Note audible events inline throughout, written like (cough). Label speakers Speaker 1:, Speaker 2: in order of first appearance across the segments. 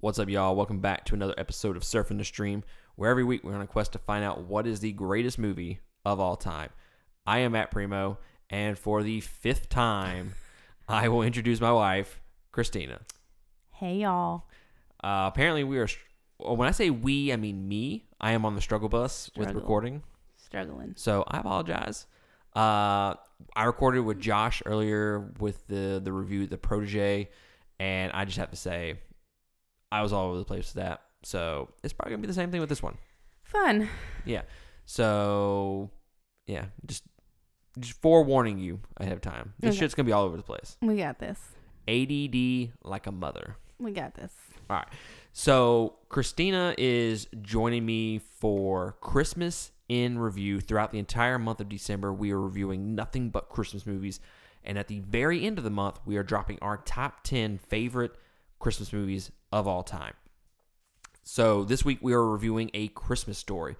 Speaker 1: What's up, y'all? Welcome back to another episode of Surfing the Stream, where every week we're on a quest to find out what is the greatest movie of all time. I am Matt Primo, and for the fifth time, I will introduce my wife, Christina.
Speaker 2: Hey y'all.
Speaker 1: Uh, apparently, we are. str- When I say we, I mean me. I am on the struggle bus with
Speaker 2: Struggle.
Speaker 1: recording.
Speaker 2: Struggling.
Speaker 1: So I apologize. Uh, I recorded with Josh earlier with the the review, the protege, and I just have to say, I was all over the place with that. So it's probably gonna be the same thing with this one.
Speaker 2: Fun.
Speaker 1: So yeah, just just forewarning you ahead of time. This
Speaker 2: Okay.
Speaker 1: shit's gonna be all over the place.
Speaker 2: We got this.
Speaker 1: ADD like a mother.
Speaker 2: We got this.
Speaker 1: So Christina is joining me for Christmas in review. Throughout the entire month of December, we are reviewing nothing but Christmas movies. And at the very end of the month, we are dropping our top 10 favorite Christmas movies of all time. So this week, we are reviewing A Christmas Story.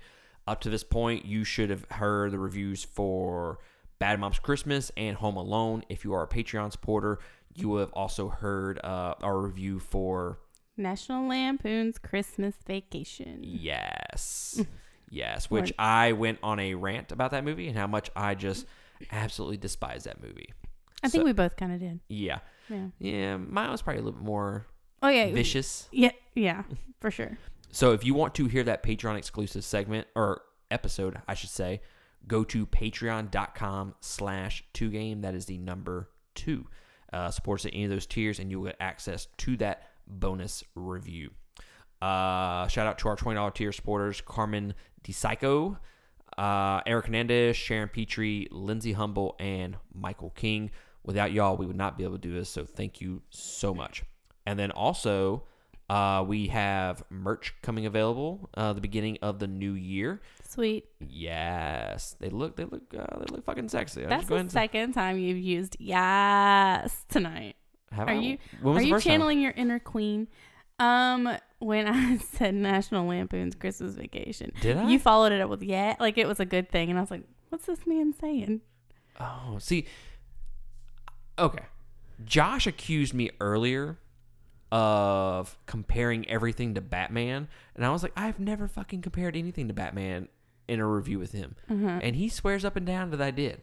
Speaker 1: Up to this point, you should have heard the reviews for Bad Moms Christmas and Home Alone. If you are a Patreon supporter, you will have also heard uh, our review for
Speaker 2: National Lampoon's Christmas Vacation. (laughs)
Speaker 1: Yes. yes. Which
Speaker 2: Right.
Speaker 1: I went on a rant about that movie and how much I just absolutely despise that movie.
Speaker 2: I think
Speaker 1: So-
Speaker 2: we both kind of did.
Speaker 1: Yeah.
Speaker 2: Yeah.
Speaker 1: Yeah. Mine was probably a little bit more
Speaker 2: Oh yeah.
Speaker 1: vicious.
Speaker 2: Yeah. Yeah. For sure.
Speaker 1: So if you want to hear that Patreon exclusive segment or episode, I should say, go to patreon.com slash two game. That is the number two. Uh, supports at any of those tiers and you'll get access to that bonus review. Uh, shout out to our $20 tier supporters, Carmen DePsycho, uh, Eric Hernandez, Sharon Petrie, Lindsey Humble, and Michael King. Without y'all, we would not be able to do this, so thank you so much. And then also, uh, we have merch coming available uh, the beginning of the new year.
Speaker 2: Sweet.
Speaker 1: Yes, they look they look uh, they look fucking sexy. I'm
Speaker 2: That's
Speaker 1: just going
Speaker 2: the second time you've used yes tonight.
Speaker 1: to, have
Speaker 2: are
Speaker 1: I-
Speaker 2: you-
Speaker 1: When was
Speaker 2: Are
Speaker 1: the
Speaker 2: you
Speaker 1: first time?
Speaker 2: channeling your inner queen? Um, when I (laughs) said National Lampoon's Christmas Vacation,
Speaker 1: Did I?
Speaker 2: you followed it up with yeah, like it was a good thing, and I was like, "What's this man saying?"
Speaker 1: Oh, see, okay. Josh accused me earlier of comparing everything to Batman, and I was like, I've never fucking compared anything to Batman in a review with him,
Speaker 2: Uh-huh.
Speaker 1: and he swears up and down that I did.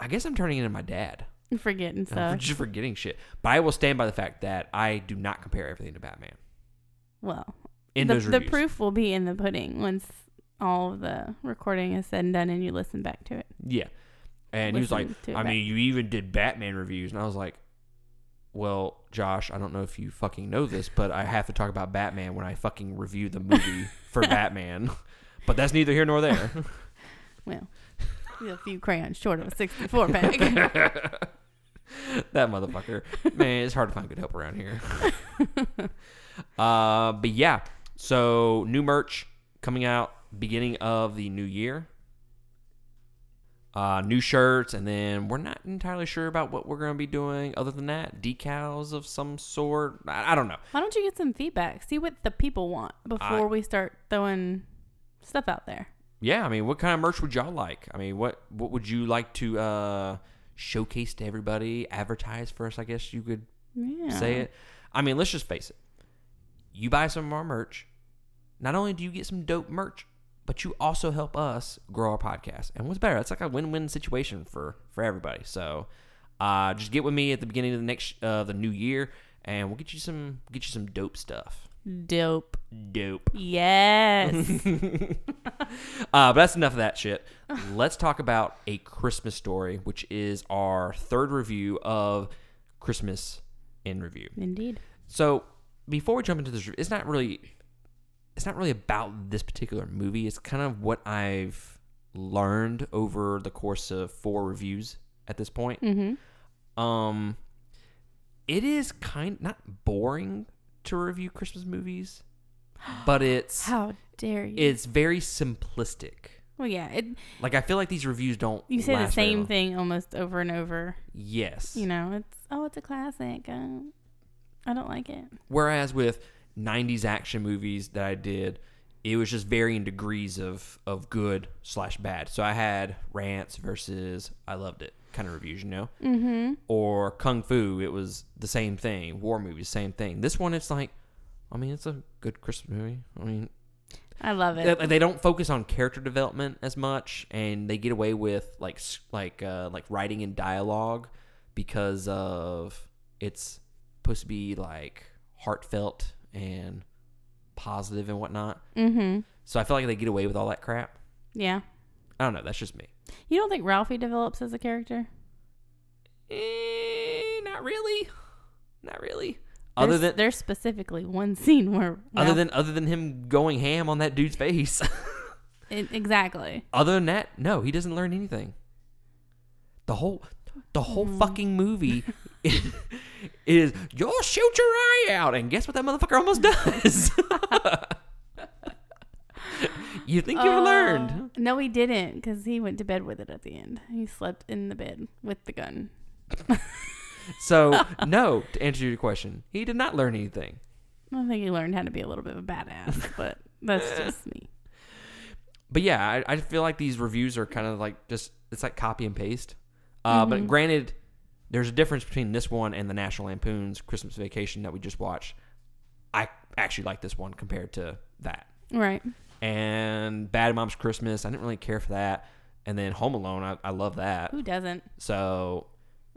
Speaker 1: I guess I'm turning into my dad.
Speaker 2: Forgetting
Speaker 1: and I'm
Speaker 2: stuff.
Speaker 1: just forgetting shit. But I will stand by the fact that I do not compare everything to Batman
Speaker 2: Well,
Speaker 1: in
Speaker 2: the,
Speaker 1: those
Speaker 2: the
Speaker 1: reviews.
Speaker 2: proof will be in the pudding once all of the recording is said and done and you listen back to it.
Speaker 1: Yeah. And he was like,
Speaker 2: Listen to it
Speaker 1: I
Speaker 2: back.
Speaker 1: mean, you even did Batman reviews. And I was like, well, Josh, I don't know if you fucking know this, but I have to talk about Batman when I fucking review the movie
Speaker 2: (laughs)
Speaker 1: for Batman. But that's neither here nor there.
Speaker 2: He's a few crayons short of a 64 pack.
Speaker 1: (laughs) that motherfucker. Man, it's hard to find good help around here. uh, but yeah, so new merch coming out beginning of the new year. Uh, new shirts, and then we're not entirely sure about what we're going to be doing other than that. Decals of some sort. I, I don't know.
Speaker 2: Why don't you get some feedback? See what the people want before
Speaker 1: I-
Speaker 2: we start throwing stuff out there.
Speaker 1: Yeah, I mean, what kind of merch would y'all like? I mean, what what would you like to uh, showcase to everybody? Advertise for us, I guess you could
Speaker 2: Yeah.
Speaker 1: say it. I mean, let's just face it. You buy some of our merch, not only do you get some dope merch, but you also help us grow our podcast. And what's better? It's like a win-win situation for for everybody. So, uh, just get with me at the beginning of the next uh, the new year, and we'll get you some get you some dope stuff.
Speaker 2: Dope.
Speaker 1: Dope.
Speaker 2: Yes.
Speaker 1: (laughs) Uh, but that's enough of that shit. (sighs) Let's talk about a Christmas story, which is our third review of Christmas in review.
Speaker 2: Indeed.
Speaker 1: So before we jump into this, it's not really, it's not really about this particular movie. It's kind of what I've learned over the course of four reviews at this point.
Speaker 2: Mm-hmm.
Speaker 1: Um, it is kind not boring to review Christmas movies,
Speaker 2: (gasps)
Speaker 1: but it's
Speaker 2: How dare you?
Speaker 1: it's very simplistic.
Speaker 2: well, yeah. It,
Speaker 1: Like I feel like these reviews don't.
Speaker 2: you say the
Speaker 1: last very
Speaker 2: same
Speaker 1: long.
Speaker 2: thing almost over and over.
Speaker 1: Yes.
Speaker 2: You know, it's, oh, it's a classic. Oh, I don't like it.
Speaker 1: Whereas with 90s action movies that I did, it was just varying degrees of, of good slash bad. So I had rants versus I loved it kind of reviews, you know?
Speaker 2: Mm-hmm.
Speaker 1: Or Kung Fu, it was the same thing. War movies, same thing. This one, it's like, I mean, it's a good Christmas movie. I mean,
Speaker 2: I love it.
Speaker 1: they, they don't focus on character development as much, and they get away with like s- like uh, like writing and dialogue because of it's supposed to be like heartfelt and positive and whatnot.
Speaker 2: Mm-hmm.
Speaker 1: So I feel like they get away with all that crap.
Speaker 2: Yeah.
Speaker 1: I don't know. That's just me.
Speaker 2: You don't think Ralphie develops as a character?
Speaker 1: Eh, not really. Not really. Other
Speaker 2: There's-
Speaker 1: than
Speaker 2: there's specifically one scene where
Speaker 1: other
Speaker 2: Ralph-
Speaker 1: than other than him going ham on that dude's face. (laughs)
Speaker 2: it, exactly.
Speaker 1: other than that, no, he doesn't learn anything. The whole the whole fucking movie (laughs) is you'll shoot your eye out, and guess what that motherfucker almost does. (laughs) you think you've learned?
Speaker 2: Uh, No, he didn't, because he went to bed with it at the end. He slept in the bed with the gun.
Speaker 1: So no, to answer your question, he did not learn anything.
Speaker 2: I think he learned how to be a little bit of a badass,
Speaker 1: (laughs)
Speaker 2: but that's just me.
Speaker 1: But yeah, I, I feel like these reviews are kind of like just it's like copy and paste. Uh,
Speaker 2: Mm-hmm.
Speaker 1: But granted, there's a difference between this one and the National Lampoon's Christmas Vacation that we just watched. I actually like this one compared to that.
Speaker 2: Right.
Speaker 1: And Bad Moms Christmas, I didn't really care for that. And then Home Alone, I, I love that.
Speaker 2: Who doesn't?
Speaker 1: So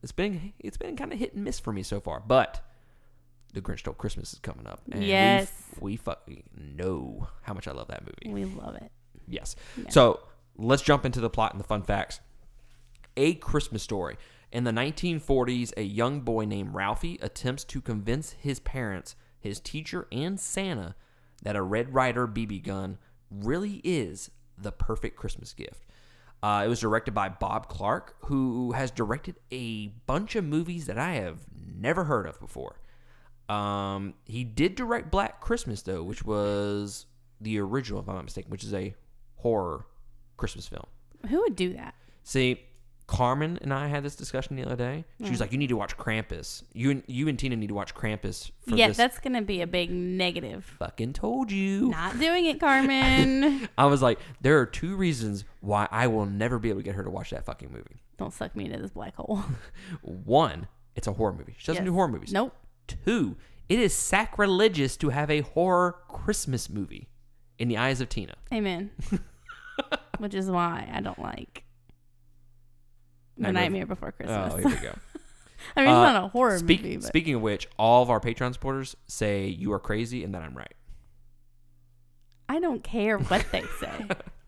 Speaker 1: it's been it's been kind of hit and miss for me so far. But the Grinch Stole Christmas is coming up, and we f-
Speaker 2: Yes.
Speaker 1: we, fucking know how much I love that movie.
Speaker 2: We love it.
Speaker 1: Yes.
Speaker 2: Yeah.
Speaker 1: So let's jump into the plot and the fun facts. A Christmas Story. In the 1940s, a young boy named Ralphie attempts to convince his parents, his teacher, and Santa that a Red Ryder BB gun really is the perfect Christmas gift. Uh, it was directed by Bob Clark, who has directed a bunch of movies that I have never heard of before. Um, he did direct Black Christmas though, which was the original, if I'm not mistaken, which is a horror Christmas film.
Speaker 2: Who would do that?
Speaker 1: See, Carmen and I had this discussion the other day. She
Speaker 2: Hmm.
Speaker 1: was like, "You need to watch Krampus. You and you and Tina need to watch Krampus for
Speaker 2: yeah,
Speaker 1: this."
Speaker 2: that's gonna be a big negative.
Speaker 1: Fucking told you.
Speaker 2: Not doing it, Carmen. (laughs)
Speaker 1: I was like, there are two reasons why I will never be able to get her to watch that fucking movie.
Speaker 2: Don't suck me into this
Speaker 1: (laughs)
Speaker 2: black hole.
Speaker 1: One, it's a horror movie. She doesn't do
Speaker 2: Yes.
Speaker 1: horror movies.
Speaker 2: Nope.
Speaker 1: Two, it is sacrilegious to have a horror Christmas movie in the eyes of Tina. (laughs)
Speaker 2: Amen. Which is why I don't like The
Speaker 1: Nightmare-
Speaker 2: Nightmare Before Christmas.
Speaker 1: Oh, here we go.
Speaker 2: (laughs) I mean, it's
Speaker 1: Uh,
Speaker 2: not a horror
Speaker 1: Speak-
Speaker 2: movie, but
Speaker 1: Speaking of which, all of our Patreon supporters say you are crazy and that I'm right.
Speaker 2: I don't care what
Speaker 1: (laughs)
Speaker 2: they say.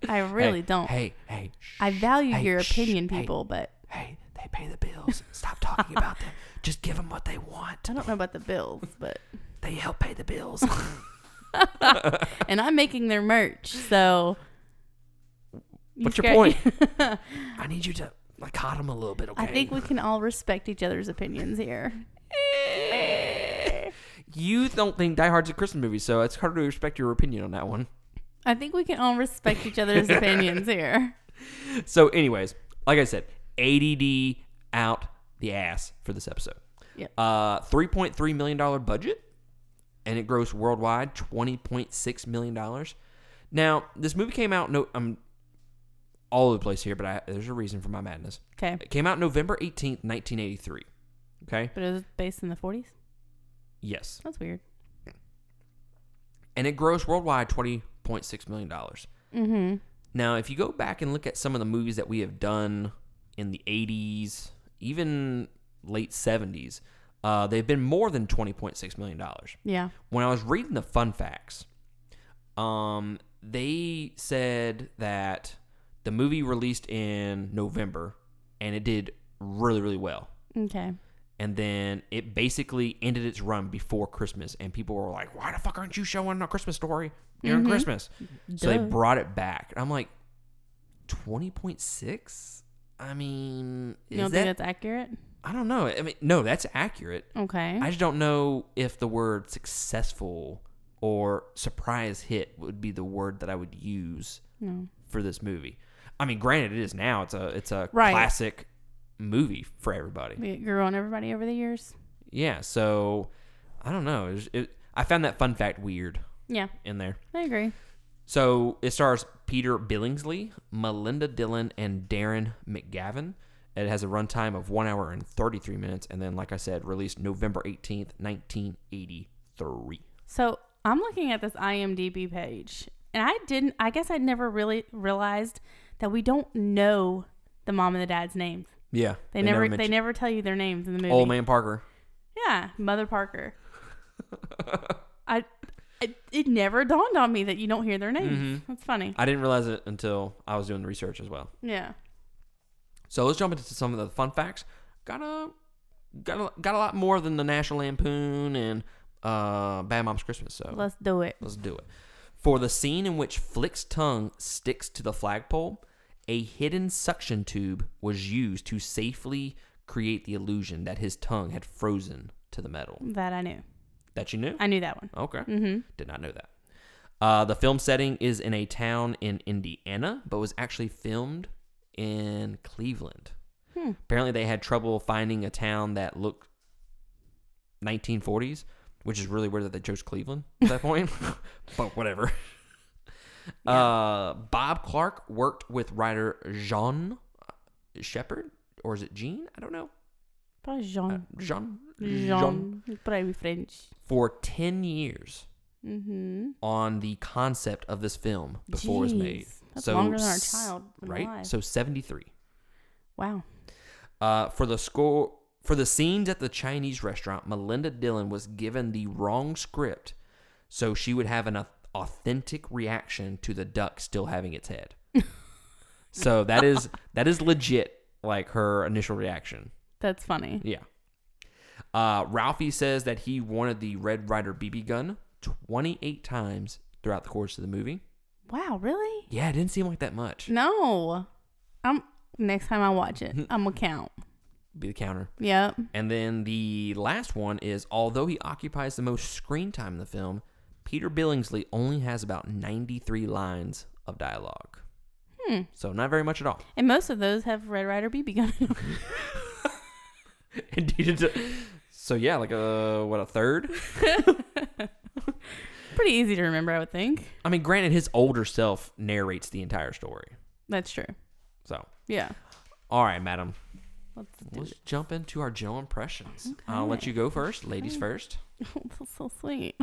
Speaker 2: I really
Speaker 1: Hey,
Speaker 2: don't.
Speaker 1: Hey, hey. shh,
Speaker 2: Oh. I value
Speaker 1: hey,
Speaker 2: your
Speaker 1: shh,
Speaker 2: opinion,
Speaker 1: hey,
Speaker 2: people, but
Speaker 1: Hey, they pay the bills. Stop talking about
Speaker 2: (laughs)
Speaker 1: them. Just give them what they want.
Speaker 2: I don't know about the bills. But
Speaker 1: They help pay the bills.
Speaker 2: and I'm making their merch, so. you
Speaker 1: What's your
Speaker 2: scared-
Speaker 1: point? I need you to like hot them a little bit, okay?
Speaker 2: (laughs) I think we can all respect each other's opinions here.
Speaker 1: you don't think Die Hard's a Christmas movie, so it's hard to respect your opinion on that one.
Speaker 2: I think we can all respect each other's
Speaker 1: (laughs)
Speaker 2: opinions here.
Speaker 1: So, anyways, like I said, ADD out the ass for this episode.
Speaker 2: Yep.
Speaker 1: Uh, three point three million dollar budget, and it grossed worldwide twenty point six million dollars. Now, this movie came out. No, I'm all over the place here, but I, there's a reason for my madness.
Speaker 2: Okay.
Speaker 1: It came out November eighteenth, nineteen eighty three. Okay.
Speaker 2: But it was based in the 40s?
Speaker 1: Yes.
Speaker 2: That's weird.
Speaker 1: And it grossed worldwide twenty point six million dollars.
Speaker 2: Mm-hmm.
Speaker 1: Now, if you go back and look at some of the movies that we have done in the 80s, even late 70s, uh, they've been more than $20.6 million.
Speaker 2: Yeah.
Speaker 1: When I was reading the fun facts, um, they said that the movie released in November and it did really, really well.
Speaker 2: Okay.
Speaker 1: And then it basically ended its run before Christmas, and people were like, "Why the fuck aren't you showing a Christmas story during
Speaker 2: Mhm.
Speaker 1: Christmas?" So they
Speaker 2: Duh.
Speaker 1: brought it back. I'm like, 20.6? I mean,
Speaker 2: you
Speaker 1: is that,
Speaker 2: don't think that's accurate?
Speaker 1: I don't know. I mean, no, that's accurate.
Speaker 2: Okay.
Speaker 1: I just don't know if the word successful or surprise hit would be the word that I would use
Speaker 2: no.
Speaker 1: for this movie. I mean, granted, it is now. It's a it's a
Speaker 2: Right.
Speaker 1: classic movie for everybody.
Speaker 2: It grew on everybody over the years.
Speaker 1: Yeah. So I don't know. It was- it, I found that fun fact weird
Speaker 2: Yeah,
Speaker 1: in there.
Speaker 2: I agree.
Speaker 1: So it stars Peter Billingsley, Melinda Dillon, and Darren McGavin. It has a runtime of one hour and 33 minutes. And then, like I said, released November 18th, 1983.
Speaker 2: So I'm looking at this IMDb page, and I didn't. I guess I never really realized that we don't know the mom and the dad's names.
Speaker 1: Yeah.
Speaker 2: They, never. they
Speaker 1: mentioned-
Speaker 2: never tell you their names in the movie.
Speaker 1: Old man Parker.
Speaker 2: Yeah,
Speaker 1: (laughs)
Speaker 2: Mother Parker. I. It, it never dawned on me that you don't hear their names.
Speaker 1: Mm-hmm.
Speaker 2: That's funny.
Speaker 1: I didn't realize it until I was doing the research as well.
Speaker 2: Yeah.
Speaker 1: So let's jump into some of the fun facts. Got a got a, got a lot more than the National Lampoon and uh, Bad Moms Christmas. So
Speaker 2: Let's do it.
Speaker 1: Let's do it. For the scene in which Flick's tongue sticks to the flagpole, a hidden suction tube was used to safely create the illusion that his tongue had frozen to the metal.
Speaker 2: That I knew.
Speaker 1: That you knew?
Speaker 2: I knew that one.
Speaker 1: Okay.
Speaker 2: Mm-hmm.
Speaker 1: Did not know that. Uh, the film setting is in a town in Indiana, but was actually filmed in Cleveland.
Speaker 2: Hmm.
Speaker 1: Apparently, they had trouble finding a town that looked 1940s, which is really weird that they chose Cleveland at that point, (laughs) but whatever. Uh, Bob Clark worked with writer Jean Shepherd, or is it Jean? I don't know.
Speaker 2: Probably
Speaker 1: Uh,
Speaker 2: Jean.
Speaker 1: Jean,
Speaker 2: Mm. Jean. Probably French.
Speaker 1: For 10 years,
Speaker 2: Mm-hmm.
Speaker 1: on the concept of this film before it was made.
Speaker 2: Jeez, that's longer than our child been
Speaker 1: right?
Speaker 2: alive.
Speaker 1: So seventy three.
Speaker 2: Wow.
Speaker 1: Uh, for the score for the scenes at the Chinese restaurant, Melinda Dillon was given the wrong script, so she would have an au- authentic reaction to the duck still having its head. so that is that is legit, like her initial reaction.
Speaker 2: That's funny.
Speaker 1: Yeah. Uh, Ralphie says that he wanted the Red Rider BB gun 28 times throughout the course of the movie.
Speaker 2: Wow, really?
Speaker 1: Yeah, it didn't seem like that much.
Speaker 2: No. I'm next time I
Speaker 1: (laughs)
Speaker 2: watch it, I'm gonna count.
Speaker 1: Be the counter.
Speaker 2: Yep.
Speaker 1: And then the last one is although he occupies the most screen time in the film, Peter Billingsley only has about 93 lines of dialogue.
Speaker 2: Hmm.
Speaker 1: So not very much at all. (laughs)
Speaker 2: And most of those have Red Rider BB gun. in 'em.
Speaker 1: Indeed. it's a- So yeah, like uh what a third?
Speaker 2: (laughs) Pretty easy to remember, I would think.
Speaker 1: I mean, granted his older self narrates the entire story.
Speaker 2: That's true.
Speaker 1: So,
Speaker 2: Yeah.
Speaker 1: all right, madam.
Speaker 2: Let's do
Speaker 1: Let's jump into our Joe impressions. I'll let you go first, ladies
Speaker 2: Okay.
Speaker 1: first.
Speaker 2: it. (laughs) That's so sweet.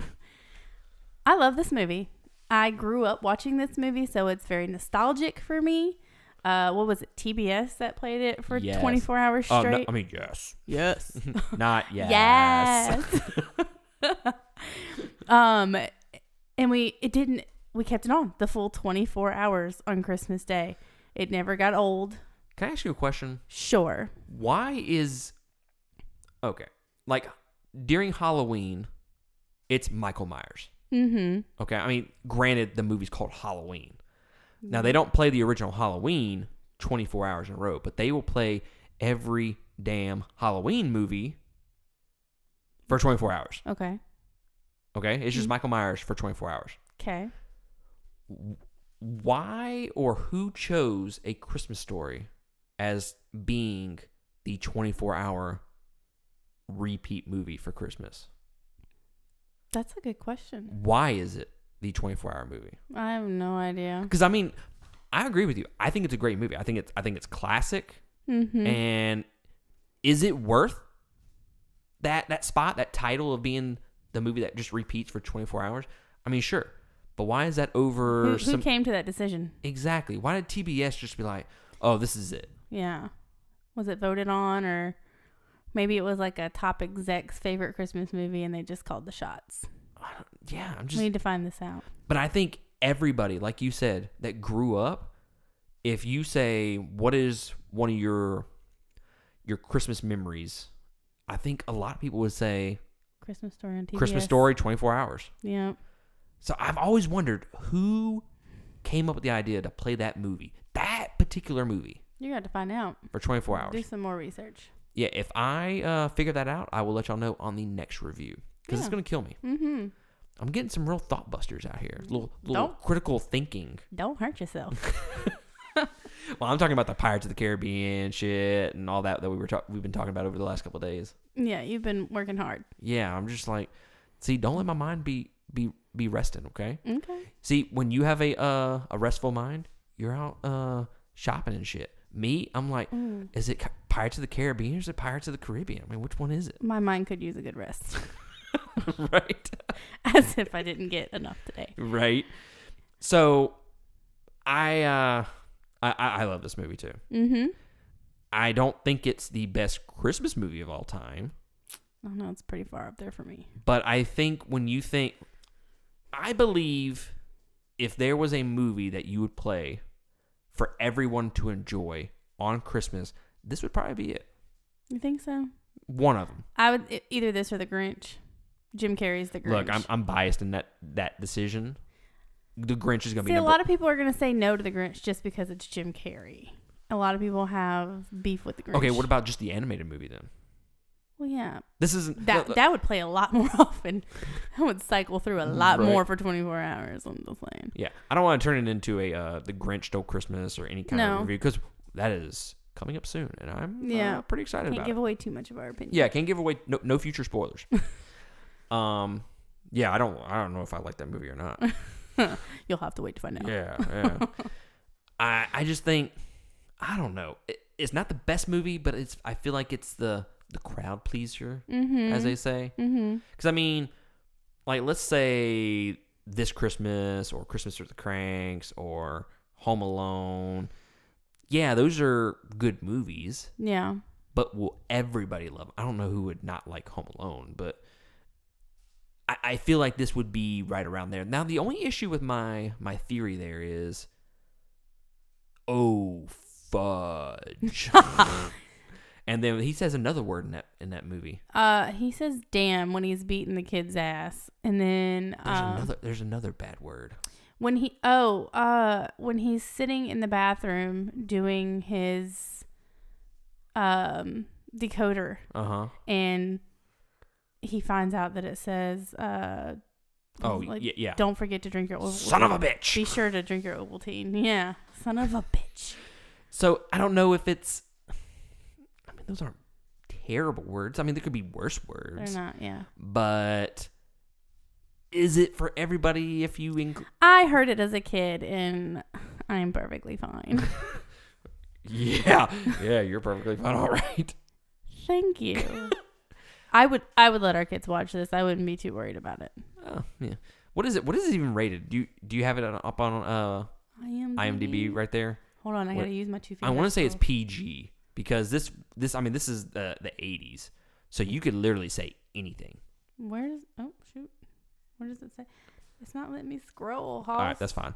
Speaker 2: I love this movie. I grew up watching this movie, so it's very nostalgic for me. Uh, what was it? TBS that played it for
Speaker 1: Yes.
Speaker 2: 24 hours
Speaker 1: Oh,
Speaker 2: straight.
Speaker 1: no, (laughs) I mean, yes.
Speaker 2: yes. (laughs)
Speaker 1: Not yes.
Speaker 2: Yes. (laughs) um, and we it didn't. We kept it on the full 24 hours on Christmas Day. It never got old.
Speaker 1: Can I ask you a question?
Speaker 2: Sure.
Speaker 1: why is okay like during halloween it's michael myers
Speaker 2: Mm-hmm.
Speaker 1: okay i mean granted the movie's called halloween now
Speaker 2: Mm-hmm.
Speaker 1: they don't play the original halloween 24 hours in a row but they will play every damn halloween movie for 24 hours
Speaker 2: Okay.
Speaker 1: okay it's just
Speaker 2: Mhm.
Speaker 1: michael myers for 24 hours
Speaker 2: Okay.
Speaker 1: why or who chose a Christmas story as being the 24 hour repeat movie for Christmas?
Speaker 2: That's a good question.
Speaker 1: Why is it the 24 hour movie?
Speaker 2: I have no idea.
Speaker 1: Because I mean, I agree with you. I think it's a great movie. I think it's I think it's classic.
Speaker 2: Mm-hmm.
Speaker 1: And is it worth that that spot, that title of being the movie that just repeats for 24 hours? I mean, sure. But why is that over
Speaker 2: Who, who
Speaker 1: some
Speaker 2: came to that decision?
Speaker 1: Exactly. Why did TBS just be like, "Oh, this is it"?
Speaker 2: Yeah. Was it voted on, or maybe it was like a top exec's favorite Christmas movie, and they just called the shots?
Speaker 1: I don't, yeah, I'm just.
Speaker 2: we need to find this out.
Speaker 1: but I think everybody, like you said, that grew up, if you say what is one of your your Christmas memories, I think a lot of people would say
Speaker 2: Christmas story on TV.
Speaker 1: Christmas Story, 24 hours.
Speaker 2: Yeah.
Speaker 1: So I've always wondered who came up with the idea to play that movie, that particular movie,
Speaker 2: You got to find out.
Speaker 1: for 24 hours.
Speaker 2: Do some more research.
Speaker 1: yeah, if I uh, figure that out, I will let y'all know on the next review because it's
Speaker 2: Yeah.
Speaker 1: gonna kill me.
Speaker 2: Mm-hmm.
Speaker 1: I'm getting some real thought busters out here. Little little
Speaker 2: Mm, Don't.
Speaker 1: critical thinking.
Speaker 2: Don't hurt
Speaker 1: (laughs)
Speaker 2: yourself.
Speaker 1: Well, I'm talking about the Pirates of the Caribbean shit and all that that we were talk- we've been talking about over the last couple of days.
Speaker 2: yeah, you've been working hard.
Speaker 1: Yeah, I'm just like, see, don't let my mind be be be resting, okay?
Speaker 2: Okay.
Speaker 1: See, when you have a uh, a restful mind, you're out uh shopping and shit. Me, I'm like, is it (laughs) Ca- Pirates of the Caribbean or is it Pirates of the Caribbean? I mean, which one is it?
Speaker 2: My mind could use a good rest. (laughs)
Speaker 1: right?
Speaker 2: As if I didn't get enough today.
Speaker 1: Right. So I uh I, I I love this movie too.
Speaker 2: Mm-hmm.
Speaker 1: I don't think it's the best Christmas movie of all time,
Speaker 2: Oh no, it's pretty far up there for me.
Speaker 1: but I think when you think I believe if there was a movie that you would play for everyone to enjoy on Christmas, this would probably be it.
Speaker 2: You think so?
Speaker 1: One of them.
Speaker 2: I would e- either this or the Grinch. Jim Carrey's the Grinch.
Speaker 1: Look, I'm I'm biased in that that decision. The Grinch is going to be
Speaker 2: See, a
Speaker 1: number
Speaker 2: lot of people are going to say no to the Grinch just because it's Jim Carrey. A lot of people have beef with the Grinch.
Speaker 1: Okay, what about just the animated movie then?
Speaker 2: Well, yeah,
Speaker 1: This isn't
Speaker 2: that
Speaker 1: no,
Speaker 2: that would play a lot (laughs) more often. I would cycle through a lot
Speaker 1: Right.
Speaker 2: more for 24 hours. I'm just saying.
Speaker 1: Yeah, I don't want to turn it into a uh, the Grinch stole Christmas or any kind
Speaker 2: No.
Speaker 1: of review because that is coming up soon, and I'm
Speaker 2: Yeah.
Speaker 1: uh, pretty excited
Speaker 2: Can't
Speaker 1: about.
Speaker 2: give
Speaker 1: it.
Speaker 2: away too much of our opinion.
Speaker 1: Yeah, can't give away no, no future spoilers. um, yeah, I don't I don't know if I like that movie or not.
Speaker 2: You'll have to wait to find out.
Speaker 1: Yeah, yeah. I I just think I don't know. It, it's not the best movie, but it's I feel like it's the the crowd pleaser
Speaker 2: (laughs) Mm-hmm.
Speaker 1: as they say.
Speaker 2: mm-hmm.
Speaker 1: Because I mean, like let's say this Christmas or Christmas with the Cranks or Home Alone. Yeah, those are good movies,
Speaker 2: Yeah.
Speaker 1: but will everybody love? 'em? I don't know who would not like Home Alone, but I, I feel like this would be right around there. Now, the only issue with my my theory there is, oh
Speaker 2: (laughs)
Speaker 1: fudge, and then he says another word in that in that movie.
Speaker 2: Uh, he says "damn" when he's beating the kid's ass, and then
Speaker 1: There's
Speaker 2: um,
Speaker 1: another. There's another bad word.
Speaker 2: when he oh uh when he's sitting in the bathroom doing his um decoder,
Speaker 1: Uh huh.
Speaker 2: and he finds out that it says uh
Speaker 1: Oh
Speaker 2: like,
Speaker 1: yeah, yeah.
Speaker 2: don't forget to drink your Oval-
Speaker 1: Son of a bitch.
Speaker 2: be sure to drink your Ovaltine. (laughs) Yeah, son of a bitch.
Speaker 1: So I don't know if it's. I mean, those aren't terrible words. I mean, there could be worse
Speaker 2: They're
Speaker 1: words.
Speaker 2: not. Yeah,
Speaker 1: But is it for everybody? If you inc-
Speaker 2: I heard it as a kid, and I am
Speaker 1: (laughs)
Speaker 2: perfectly fine.
Speaker 1: yeah, yeah, you're perfectly fine. All right.
Speaker 2: Thank you. I would I would let our kids watch this. I wouldn't be too worried about it.
Speaker 1: Oh yeah. What is it? What is it even rated? Do you do you have it on, up on uh,
Speaker 2: I am
Speaker 1: IMDb right there?
Speaker 2: Hold on, I
Speaker 1: What-
Speaker 2: gotta use my two Oh, feet.
Speaker 1: I want to say it's PG because this this I mean this is the the 80s, so you could literally say anything.
Speaker 2: Where does oh shoot? Where does it say? It's not letting me scroll.
Speaker 1: All right, that's fine.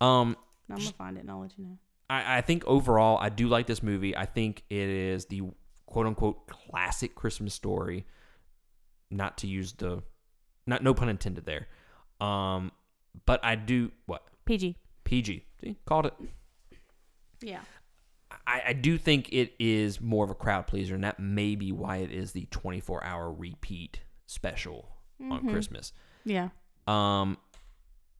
Speaker 1: Um,
Speaker 2: I'm gonna find it and I'll let you know.
Speaker 1: I, I think overall, I do like this movie. I think it is the quote unquote classic Christmas story. Not to use the, not no pun intended there. Um, but I do what
Speaker 2: PG.
Speaker 1: PG see, called it.
Speaker 2: Yeah.
Speaker 1: I, I do think it is more of a crowd pleaser, and that may be why it is the 24 hour repeat special on
Speaker 2: Mhm.
Speaker 1: Christmas.
Speaker 2: Yeah.
Speaker 1: Um,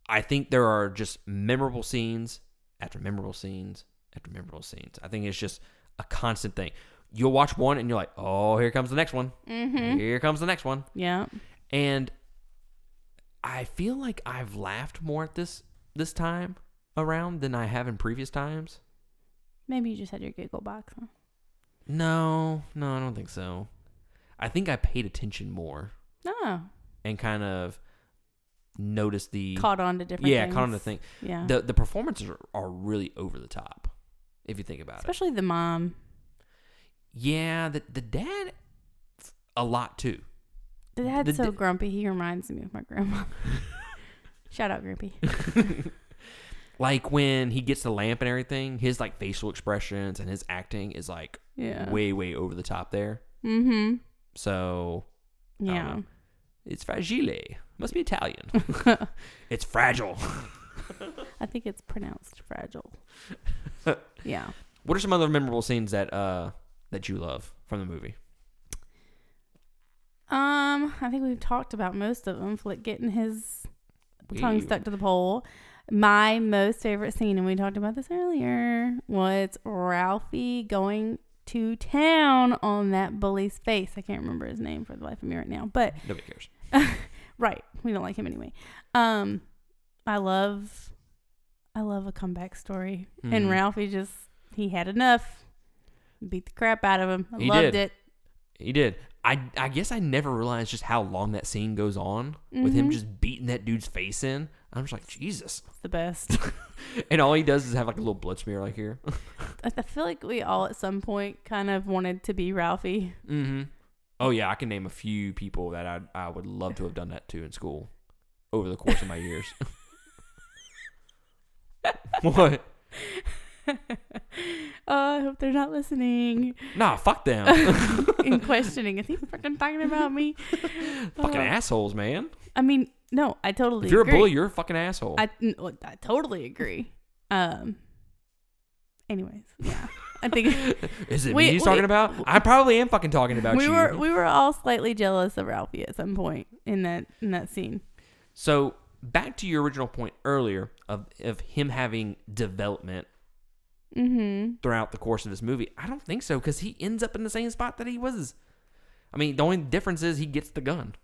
Speaker 1: I think there are just memorable scenes after memorable scenes after memorable scenes. I think it's just a constant thing. You'll watch one and you're like, oh, here comes the next one.
Speaker 2: Mm-hmm.
Speaker 1: Here comes the next one.
Speaker 2: Yeah.
Speaker 1: And I feel like I've laughed more at this this time around than I have in previous times.
Speaker 2: Maybe you just had your giggle box on.
Speaker 1: No, no, I don't think so. I think I paid attention more
Speaker 2: No.
Speaker 1: and kind of noticed the
Speaker 2: Caught on to different
Speaker 1: yeah,
Speaker 2: things.
Speaker 1: caught on the thing.
Speaker 2: Yeah.
Speaker 1: the the performances are, are really over the top if you think about it
Speaker 2: Especially the mom.
Speaker 1: yeah the, the dad a lot too
Speaker 2: The dad's
Speaker 1: The
Speaker 2: so
Speaker 1: da-
Speaker 2: grumpy, he reminds me of my grandma. (laughs) Shout out Grumpy.
Speaker 1: (laughs) like when he gets the lamp and everything his like facial expressions and his acting is like
Speaker 2: Yeah.
Speaker 1: way way over the top there
Speaker 2: Mm-hmm.
Speaker 1: so don't
Speaker 2: Yeah.
Speaker 1: know. it's fragile must be
Speaker 2: (laughs)
Speaker 1: italian (laughs) it's fragile
Speaker 2: I think it's pronounced
Speaker 1: (laughs)
Speaker 2: fragile. yeah.
Speaker 1: what are some other memorable scenes that uh that you love from the movie
Speaker 2: Um, I think we've talked about most of them. Flick getting his tongue
Speaker 1: We-
Speaker 2: stuck to the pole. My most favorite scene, and we talked about this earlier, was Ralphie going to town on that bully's face. I can't remember his name for the life of me right now, but
Speaker 1: nobody cares
Speaker 2: right, we don't like him anyway. Um, I love, I love a comeback story, and
Speaker 1: Mhm.
Speaker 2: Ralphie just he had enough, beat the crap out of him. I
Speaker 1: He
Speaker 2: loved
Speaker 1: did.
Speaker 2: it.
Speaker 1: he did I I guess I never realized just how long that scene goes on with him
Speaker 2: Mhm.
Speaker 1: just beating that dude's face in. I'm just like Jesus,
Speaker 2: It's the best.
Speaker 1: and all he does is have like a little blood smear right here. (laughs)
Speaker 2: I I feel like we all at some point kind of wanted to be
Speaker 1: (laughs)
Speaker 2: Ralphie.
Speaker 1: mm-hmm. Oh yeah, I can name a few people that I I would love to have done that to in school over the course of my years. (laughs) what?
Speaker 2: oh, I hope they're
Speaker 1: (laughs)
Speaker 2: not listening
Speaker 1: Nah, fuck (laughs) them.
Speaker 2: and questioning. Is he fucking talking
Speaker 1: (laughs)
Speaker 2: about me?
Speaker 1: fucking
Speaker 2: Uh,
Speaker 1: assholes, man.
Speaker 2: I mean, no, I totally.
Speaker 1: If you're a
Speaker 2: agree.
Speaker 1: bully, you're a fucking asshole.
Speaker 2: I n- well, I totally agree. Um. Anyways, yeah,
Speaker 1: (laughs)
Speaker 2: I think
Speaker 1: (laughs) Is it
Speaker 2: we-
Speaker 1: me he's
Speaker 2: we-
Speaker 1: talking about? I probably am fucking talking about
Speaker 2: we
Speaker 1: you.
Speaker 2: were we were all slightly jealous of Ralphie at some point in that in that scene.
Speaker 1: So back to your original point earlier of of him having development
Speaker 2: Mm-hmm.
Speaker 1: throughout the course of this movie. I don't think so because he ends up in the same spot that he was. I mean, the only difference is he gets the gun.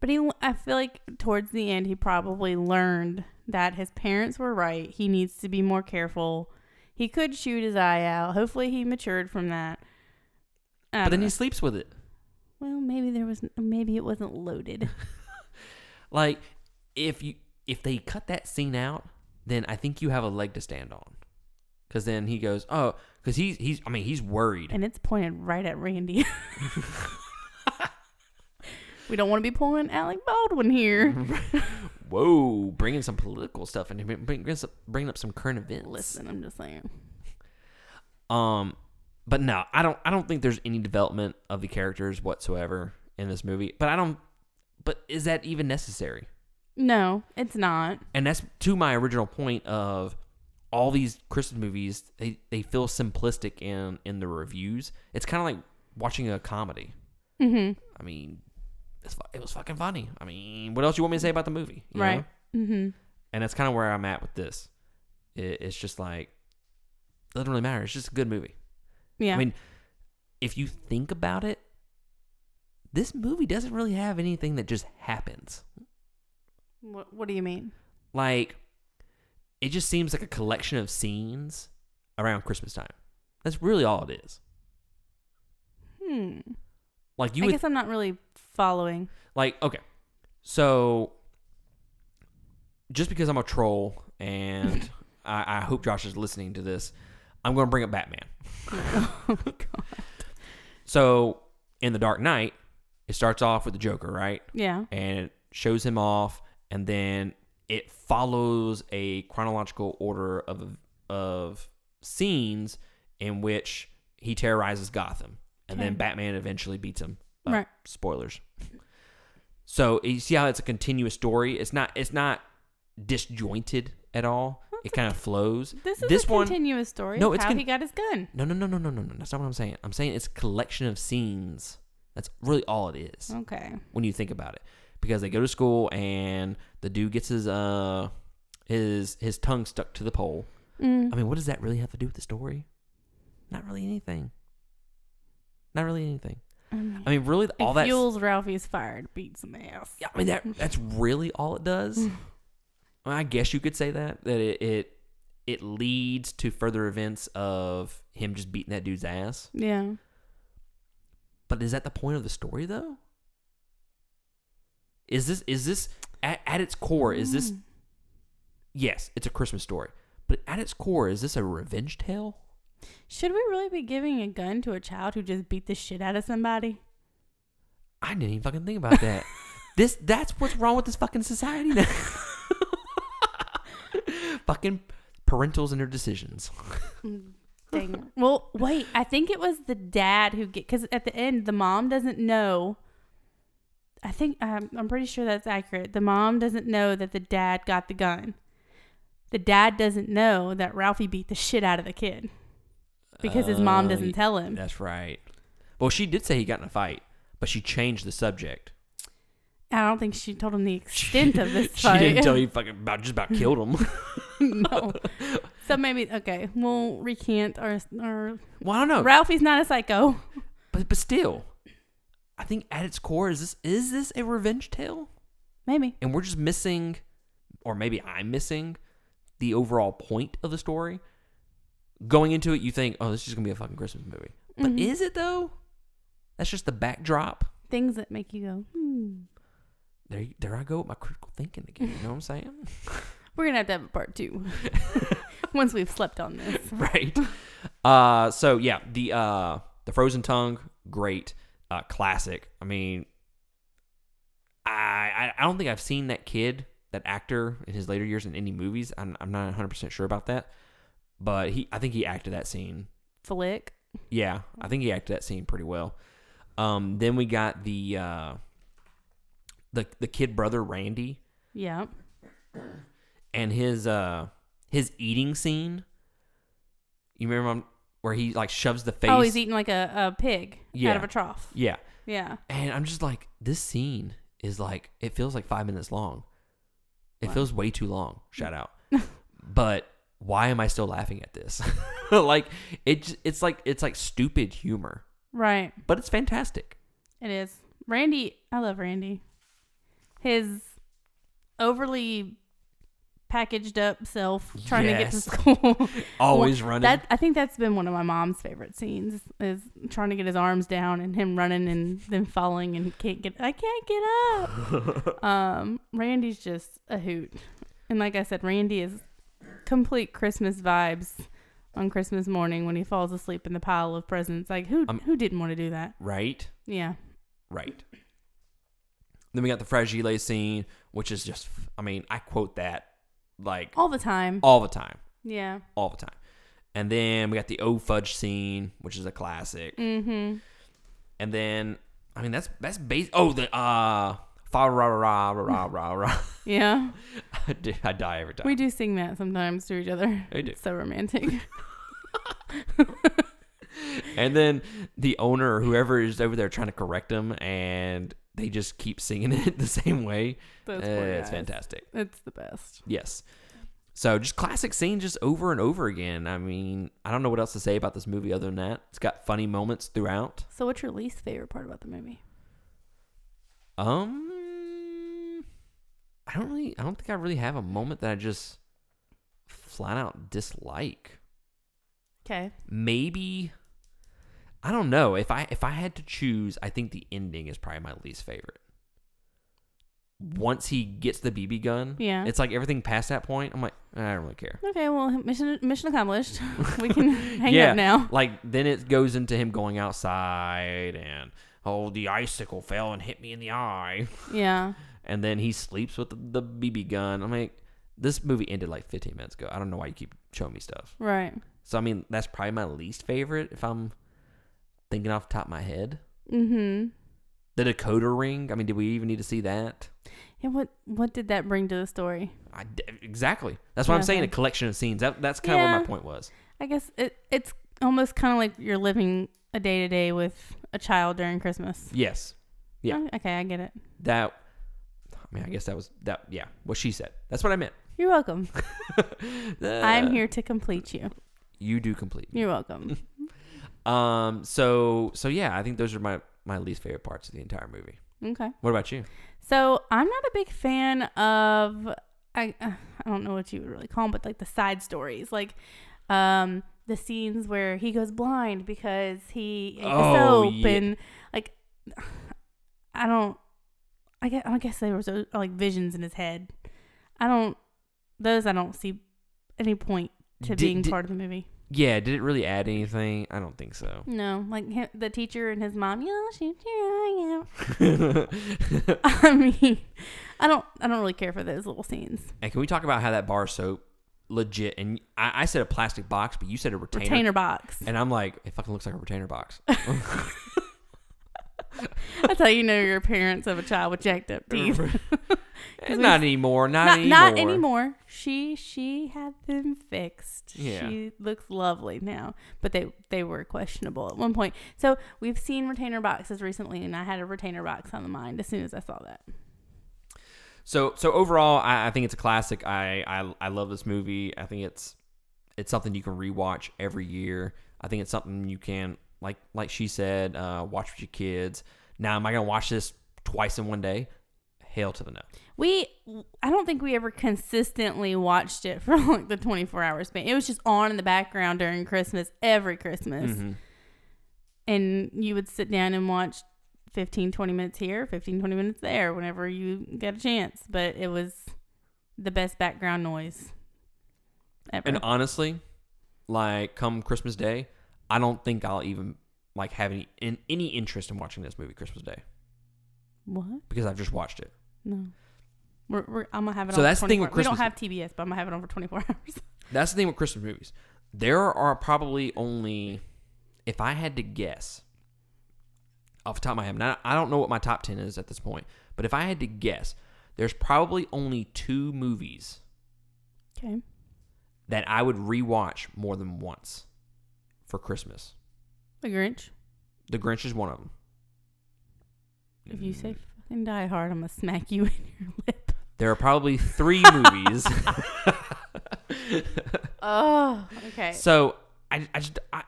Speaker 2: But he, I feel like towards the end, he probably learned that his parents were right. He needs to be more careful. He could shoot his eye out. Hopefully, he matured from that. I
Speaker 1: But
Speaker 2: don't
Speaker 1: then
Speaker 2: know.
Speaker 1: he sleeps with it.
Speaker 2: well, maybe there was maybe it
Speaker 1: (laughs)
Speaker 2: wasn't loaded.
Speaker 1: Like if you if they cut that scene out, then I think you have a leg to stand on. Cause then he goes, oh, cause he's he's I mean he's worried.
Speaker 2: and it's pointed right at Randy. (laughs) we don't want to be pulling Alec
Speaker 1: (laughs)
Speaker 2: Baldwin here.
Speaker 1: Whoa, bringing some political stuff and bringing bringing up some current events.
Speaker 2: Listen, I'm just saying.
Speaker 1: Um, but no, I don't. I don't think there's any development of the characters whatsoever in this movie. But I don't. But is that even necessary?
Speaker 2: No, it's not.
Speaker 1: And that's to my original point of all these Christmas movies. They they feel simplistic in in the reviews. It's kind of like watching a comedy.
Speaker 2: hmm
Speaker 1: I mean, it's, fu- it was fucking funny. I mean, what else you want me to say about the movie? you
Speaker 2: Right.
Speaker 1: know?
Speaker 2: hmm
Speaker 1: And that's kind of where I'm at with this. It, it's just like doesn't really matter. It's just a good movie.
Speaker 2: Yeah.
Speaker 1: I mean, if you think about it, this movie doesn't really have anything that just happens.
Speaker 2: what, what do you mean?
Speaker 1: Like, it just seems like a collection of scenes around Christmas time. That's really all it is.
Speaker 2: Hmm.
Speaker 1: Like you
Speaker 2: I
Speaker 1: would
Speaker 2: guess I'm not really following.
Speaker 1: like okay, so just because I'm a troll
Speaker 2: (laughs)
Speaker 1: and I, I hope Josh is listening to this, I'm going to bring up Batman.
Speaker 2: (laughs) oh God.
Speaker 1: So in the Dark Knight, it starts off with the Joker, right?
Speaker 2: Yeah.
Speaker 1: and it shows him off and then it follows a chronological order of of scenes in which he terrorizes Gotham and then
Speaker 2: Okay.
Speaker 1: Batman eventually beats him. Uh,
Speaker 2: Right.
Speaker 1: Spoilers. So you see how it's a continuous story. It's not it's not disjointed at all. It kind of flows.
Speaker 2: This is
Speaker 1: This
Speaker 2: a
Speaker 1: one-
Speaker 2: continuous story.
Speaker 1: No,
Speaker 2: of
Speaker 1: it's
Speaker 2: how
Speaker 1: con-
Speaker 2: he got his gun.
Speaker 1: No, no, no, no, no, no, no. That's not what I'm saying. I'm saying it's a collection of scenes. That's really all it is
Speaker 2: Okay.
Speaker 1: when you think about it because they go to school and the dude gets his uh his his tongue stuck to the pole
Speaker 2: Mm.
Speaker 1: i mean what does that really have to do with the story not really anything not really anything
Speaker 2: I mean,
Speaker 1: i mean really all
Speaker 2: Um, it
Speaker 1: that
Speaker 2: fuels Ralphie's fire to beat some ass.
Speaker 1: yeah, i mean that that's really all it does Well, i guess you could say that that it, it it leads to further events of him just beating that dude's ass
Speaker 2: Yeah.
Speaker 1: but is that the point of the story though is this is this at, at its core is this
Speaker 2: Mm.
Speaker 1: yes, it's a Christmas story, but at its core, is this a revenge tale?
Speaker 2: Should we really be giving a gun to a child who just beat the shit out of somebody?
Speaker 1: I didn't even fucking think about (laughs) that. this that's what's wrong with this fucking society now. (laughs) fucking parentals and their decisions. (laughs)
Speaker 2: (laughs) Dang. well, wait. I think it was the dad who get because at the end the mom doesn't know. I think I'm, I'm pretty sure that's accurate. The mom doesn't know that the dad got the gun. The dad doesn't know that Ralphie beat the shit out of the kid because his mom
Speaker 1: Uh,
Speaker 2: doesn't tell him.
Speaker 1: That's right. Well, she did say he got in a fight, but she changed the subject.
Speaker 2: I don't think she
Speaker 1: (laughs)
Speaker 2: told him the extent of this
Speaker 1: She
Speaker 2: fight.
Speaker 1: didn't
Speaker 2: (laughs)
Speaker 1: tell (laughs) you fucking about just about killed him. (laughs)
Speaker 2: no. So maybe okay. We'll recant our our.
Speaker 1: well, I don't know,
Speaker 2: Ralphie's not a psycho.
Speaker 1: but but still, I think at its core, is this is this a revenge tale?
Speaker 2: Maybe.
Speaker 1: and we're just missing or maybe i'm missing the overall point of the story going into it you think oh this is just gonna be a fucking christmas movie but
Speaker 2: Mhm.
Speaker 1: is it though That's just the backdrop.
Speaker 2: Things that make you go, hmm.
Speaker 1: There, you- there I go with my critical thinking again. You know what I'm saying?
Speaker 2: We're gonna have to have a part two (laughs) once we've slept on this.
Speaker 1: (laughs) right. Uh, so yeah, the uh, the frozen tongue, great, uh, classic. I mean, I I- I don't think I've seen that kid, that actor, in his later years in any movies. I'm, I'm not 100 percent sure about that, but he I think he acted that scene.
Speaker 2: Flick.
Speaker 1: Yeah, I think he acted that scene pretty well. Um, then we got the uh, the the kid brother Randy
Speaker 2: Yeah.
Speaker 1: and his uh his eating scene. You remember I'm- where he like shoves the face?
Speaker 2: Oh, he's eating like a, a pig out
Speaker 1: Yeah.
Speaker 2: of a trough.
Speaker 1: Yeah,
Speaker 2: Yeah.
Speaker 1: and I'm just like, this scene is like it feels like five minutes long. It
Speaker 2: Wow.
Speaker 1: feels way too long. Shout out, but why am I still laughing at this? (laughs) like it, j- it's like it's like stupid humor,
Speaker 2: Right.
Speaker 1: but it's fantastic.
Speaker 2: It is. Randy, I love Randy. His overly packaged up self trying
Speaker 1: Yes.
Speaker 2: to get to
Speaker 1: (laughs)
Speaker 2: school. (laughs)
Speaker 1: Always running.
Speaker 2: that I think that's been one of my mom's favorite scenes is trying to get his arms down and him running and then falling and can't get I can't get up. Um, Randy's just a hoot. And like I said, Randy is complete Christmas vibes on Christmas morning when he falls asleep in the pile of presents. Like who
Speaker 1: I'm-
Speaker 2: who didn't want to do that?
Speaker 1: (laughs) right.
Speaker 2: Yeah.
Speaker 1: Right. Then we got the fragile scene, which is just, I mean, I quote that like
Speaker 2: All the time.
Speaker 1: all the time,
Speaker 2: Yeah.
Speaker 1: all the time. And then we got the O fudge scene, which is a classic.
Speaker 2: Mm-hmm.
Speaker 1: And then, I mean, that's that's base. Oh, the uh, fa ra ra ra ra ra ra. (laughs)
Speaker 2: Yeah.
Speaker 1: I di- I die every time.
Speaker 2: We do sing that sometimes to each other.
Speaker 1: I do.
Speaker 2: It's
Speaker 1: (laughs)
Speaker 2: so romantic. (laughs)
Speaker 1: And then the owner or whoever is over there trying to correct him, and they just keep singing (laughs) it the same way.
Speaker 2: Those
Speaker 1: Uh,
Speaker 2: poor
Speaker 1: it's
Speaker 2: guys.
Speaker 1: fantastic.
Speaker 2: It's the best.
Speaker 1: Yes. So just classic scene just over and over again. I mean, I don't know what else to say about this movie other than that. It's got funny moments throughout.
Speaker 2: So what's your least favorite part about the movie?
Speaker 1: Um I don't really I don't think I really have a moment that I just flat out dislike.
Speaker 2: Okay.
Speaker 1: Maybe I don't know. If I if I had to choose, I think the ending is probably my least favorite. Once he gets the BB gun,
Speaker 2: Yeah.
Speaker 1: it's like everything past that point, I'm like, I don't really care.
Speaker 2: Okay, well mission
Speaker 1: (laughs)
Speaker 2: mission accomplished. we can hang
Speaker 1: Yeah.
Speaker 2: up now.
Speaker 1: like then it goes into him going outside and oh the icicle fell and hit me in the eye
Speaker 2: Yeah.
Speaker 1: and then he sleeps with the, the bb gun i'm like this movie ended like 15 minutes ago i don't know why you keep showing me stuff
Speaker 2: Right.
Speaker 1: so i mean that's probably my least favorite if i'm thinking off the top of my head
Speaker 2: Mm-hmm.
Speaker 1: the decoder ring i mean did we even need to see that
Speaker 2: Yeah, what what did that bring to the story?
Speaker 1: I d exactly that's what i'm saying a
Speaker 2: Nothing.
Speaker 1: collection of scenes that, that's kind of where
Speaker 2: Yeah.
Speaker 1: my point was
Speaker 2: I guess it it's almost kind of like you're living a day to day with a child during Christmas.
Speaker 1: yes Yeah.
Speaker 2: Oh, Okay, I get it.
Speaker 1: that i mean i guess that was that yeah what she said that's what i meant
Speaker 2: You're welcome. I'm
Speaker 1: (laughs) Uh,
Speaker 2: here to complete you.
Speaker 1: You do complete. me.
Speaker 2: You're welcome.
Speaker 1: Um. So so yeah, I think those are my my least favorite parts of the entire movie.
Speaker 2: Okay.
Speaker 1: What about you?
Speaker 2: So I'm not a big fan of I uh, I don't know what you would really call them, but like the side stories, like um the scenes where he goes blind because he ate the
Speaker 1: Oh,
Speaker 2: soap
Speaker 1: yeah.
Speaker 2: and like I don't I guess, I guess there was uh, like visions in his head. I don't those I don't see any point to
Speaker 1: Did-
Speaker 2: being
Speaker 1: did-
Speaker 2: part of the movie.
Speaker 1: Yeah, did it really add anything? I don't think
Speaker 2: (laughs)
Speaker 1: so. (laughs)
Speaker 2: No, like him, the teacher and his mom. Yeah, shoot your eye out. (laughs)
Speaker 1: and
Speaker 2: I mean, I don't I don't really care for those little scenes.
Speaker 1: can we talk about how that bar soap legit? And I, I said a plastic box, but you said a retainer.
Speaker 2: Retainer box.
Speaker 1: (laughs) And I'm like, it fucking looks like a retainer box.
Speaker 2: That's how you know your parents of a child with jacked up (laughs) teeth.
Speaker 1: Eh, not anymore. Not,
Speaker 2: (laughs) Not,
Speaker 1: anymore.
Speaker 2: not anymore. She she had them fixed.
Speaker 1: Yeah.
Speaker 2: She looks lovely now, but they they were questionable at one point. So we've seen retainer boxes recently, and I had a retainer box on the mind as soon as I saw that.
Speaker 1: So so overall, I, I think it's a classic. I, I I love this movie. I think it's it's something you can rewatch every year. I think it's something you can like like she said, uh, watch with your kids. Now, am I gonna watch this twice in one day? Hail to the no.
Speaker 2: We I don't think we ever consistently watched it (laughs) for like the twenty four hour span. It was just on in the background during Christmas every Christmas.
Speaker 1: Mhm.
Speaker 2: and you would sit down and watch 15 20 minutes here 15 20 minutes there whenever you get a chance but it was the best background noise ever
Speaker 1: And honestly, like come Christmas Day, I don't think I'll even like have any in, any interest in watching this movie Christmas Day
Speaker 2: what
Speaker 1: because I've just watched it.
Speaker 2: no we're, we're, I'm gonna have it
Speaker 1: So
Speaker 2: on.
Speaker 1: that's
Speaker 2: for
Speaker 1: the thing
Speaker 2: 24
Speaker 1: with
Speaker 2: We don't
Speaker 1: Christmas.
Speaker 2: have TBS, but I'm gonna have it on for 24 (laughs) hours.
Speaker 1: That's the thing with Christmas movies. There are probably only, if I had to guess, off the top of my head, now I don't know what my top ten is at this point, but if I had to guess, there's probably only two movies
Speaker 2: Okay,
Speaker 1: that I would rewatch more than once for Christmas.
Speaker 2: The Grinch.
Speaker 1: The Grinch is one of them. Mm.
Speaker 2: If you say fucking Die Hard, I'm gonna smack you (laughs) in your lip.
Speaker 1: There are probably
Speaker 2: (laughs)
Speaker 1: three movies. (laughs)
Speaker 2: Oh, okay.
Speaker 1: so I, I just I,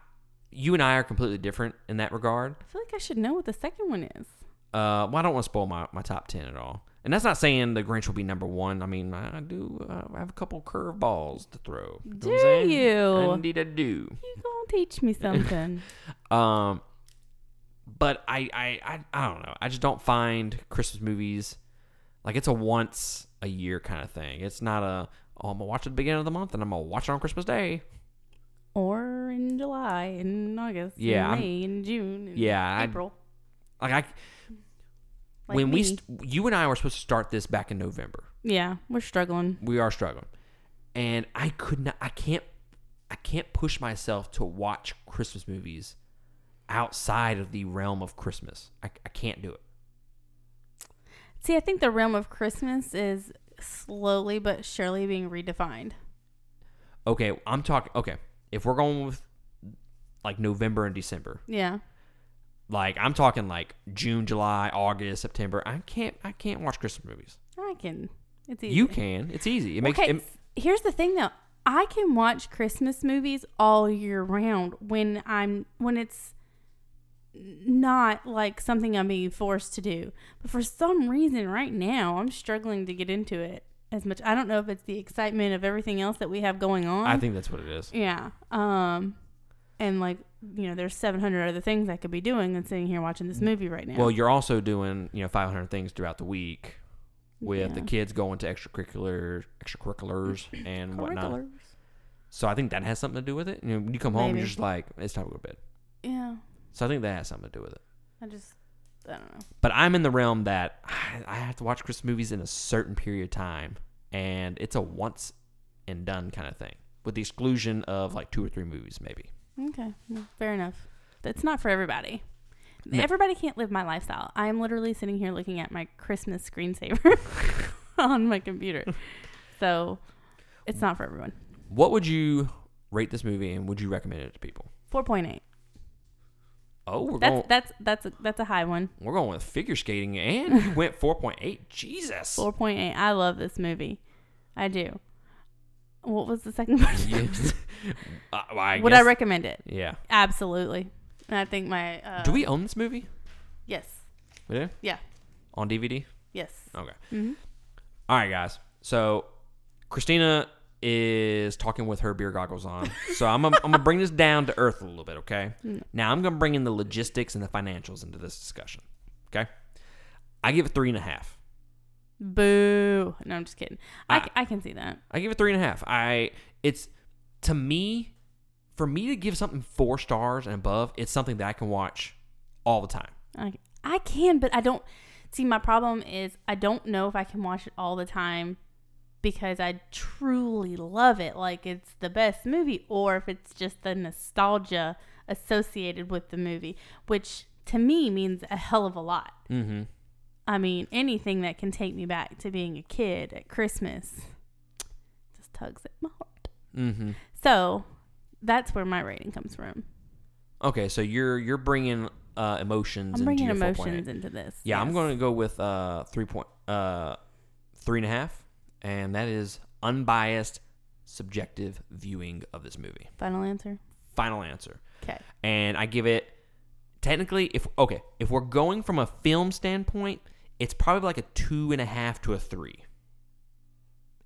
Speaker 1: you and I are completely different in that regard.
Speaker 2: I feel like I should know what the second one is.
Speaker 1: Uh, well, I don't want to spoil my, my top ten at all. And that's not saying the Grinch will be number one. I mean, I do uh, have a couple curveballs to throw. You know what I'm
Speaker 2: Do
Speaker 1: saying?
Speaker 2: you?
Speaker 1: Indeed, I do.
Speaker 2: You gonna teach me something?
Speaker 1: Um, but I, I, I, I don't know. I just don't find Christmas movies like it's a once a year kind of thing. It's not a oh, I'm gonna watch it at the beginning of the month and I'm gonna watch it on Christmas Day.
Speaker 2: or in July and August.
Speaker 1: Yeah, I'm-
Speaker 2: and May and June. And
Speaker 1: Yeah, I-
Speaker 2: April.
Speaker 1: Like I,
Speaker 2: like
Speaker 1: when we,
Speaker 2: me.
Speaker 1: st- you and I were supposed to start this back in November.
Speaker 2: yeah, we're struggling.
Speaker 1: we are struggling and i could not i can't i can't push myself to watch christmas movies outside of the realm of christmas i, I can't do it
Speaker 2: See, I think the realm of Christmas is slowly but surely being redefined.
Speaker 1: okay i'm talking okay if we're going with like november and december
Speaker 2: Yeah.
Speaker 1: like i'm talking like june july august september i can't i can't watch christmas movies
Speaker 2: I can. It's easy.
Speaker 1: you can it's easy it makes
Speaker 2: okay.
Speaker 1: it,
Speaker 2: s- here's the thing though. I can watch Christmas movies all year round when I'm when it's not like something I'm being forced to do. But for some reason right now I'm struggling to get into it as much. I don't know if it's the excitement of everything else that we have going on.
Speaker 1: i think that's what it is
Speaker 2: yeah. Um and like, you know, there's 700 other things I could be doing than sitting here watching this movie right now.
Speaker 1: Mm. Well, you're also doing you know 500 things throughout the week with the
Speaker 2: Yeah.
Speaker 1: kids going to extracurricular
Speaker 2: (clears throat)
Speaker 1: extracurriculars and whatnot. So I think that has something to do with it. You know, when you come home,
Speaker 2: Maybe.
Speaker 1: you're just like it's time to go to bed.
Speaker 2: Yeah.
Speaker 1: So I think that has something to do with it.
Speaker 2: I just I don't know.
Speaker 1: But I'm in the realm that I, I have to watch Christmas movies in a certain period of time, and it's a once and done kind of thing, with the exclusion of like two or three movies maybe.
Speaker 2: Okay, well, fair enough. That's not for everybody.
Speaker 1: No.
Speaker 2: Everybody can't live my lifestyle. I'm literally sitting here looking at my Christmas screensaver (laughs) on my computer. So it's not for everyone.
Speaker 1: What would you rate this movie, and would you recommend it to people?
Speaker 2: 4.8.
Speaker 1: Oh, we're going.
Speaker 2: That's that's that's a, that's a high one.
Speaker 1: We're going with figure skating,
Speaker 2: (laughs)
Speaker 1: and you went 4.8. Jesus. (laughs)
Speaker 2: 4.8. I love this movie. I do. What was the second part? (laughs)
Speaker 1: Yes. uh, well, (laughs) I
Speaker 2: Would I
Speaker 1: guess-
Speaker 2: recommend it?
Speaker 1: Yeah.
Speaker 2: Absolutely. And I think my uh,
Speaker 1: Do we own this movie?
Speaker 2: Yes.
Speaker 1: We do?
Speaker 2: Yeah.
Speaker 1: On DVD?
Speaker 2: Yes.
Speaker 1: Okay.
Speaker 2: Mhm.
Speaker 1: All right, guys. So, Christina is talking with her beer goggles on. So, I'm going I'm to bring this down to earth a little bit, okay?
Speaker 2: Mm.
Speaker 1: Now, I'm going to bring in the logistics and the financials into this discussion, okay? I give it three and a half.
Speaker 2: Boo. No, I'm just kidding. I,
Speaker 1: I-
Speaker 2: c- I can see that.
Speaker 1: I give it three and a half. I it's to me, for me to give something four stars and above, it's something that I can watch all the time.
Speaker 2: I, I can, but I don't. See, my problem is I don't know if I can watch it all the time because I truly love it, like it's the best movie, or if it's just the nostalgia associated with the movie, which to me means a hell of a lot.
Speaker 1: Mm-hmm.
Speaker 2: I mean, anything that can take me back to being a kid at Christmas just tugs at my heart.
Speaker 1: Mm-hmm.
Speaker 2: So that's where my rating comes from.
Speaker 1: Okay, so you're you're bringing uh, emotions.
Speaker 2: I'm bringing
Speaker 1: into your 4.8.
Speaker 2: emotions into this.
Speaker 1: Yeah, I'm
Speaker 2: Yes.
Speaker 1: going to go with uh, three point uh, three and a half, and that is unbiased, subjective viewing of this movie.
Speaker 2: Final answer.
Speaker 1: Final answer,
Speaker 2: Okay.
Speaker 1: and I give it technically if okay if we're going from a film standpoint, it's probably like a two and a half to a three.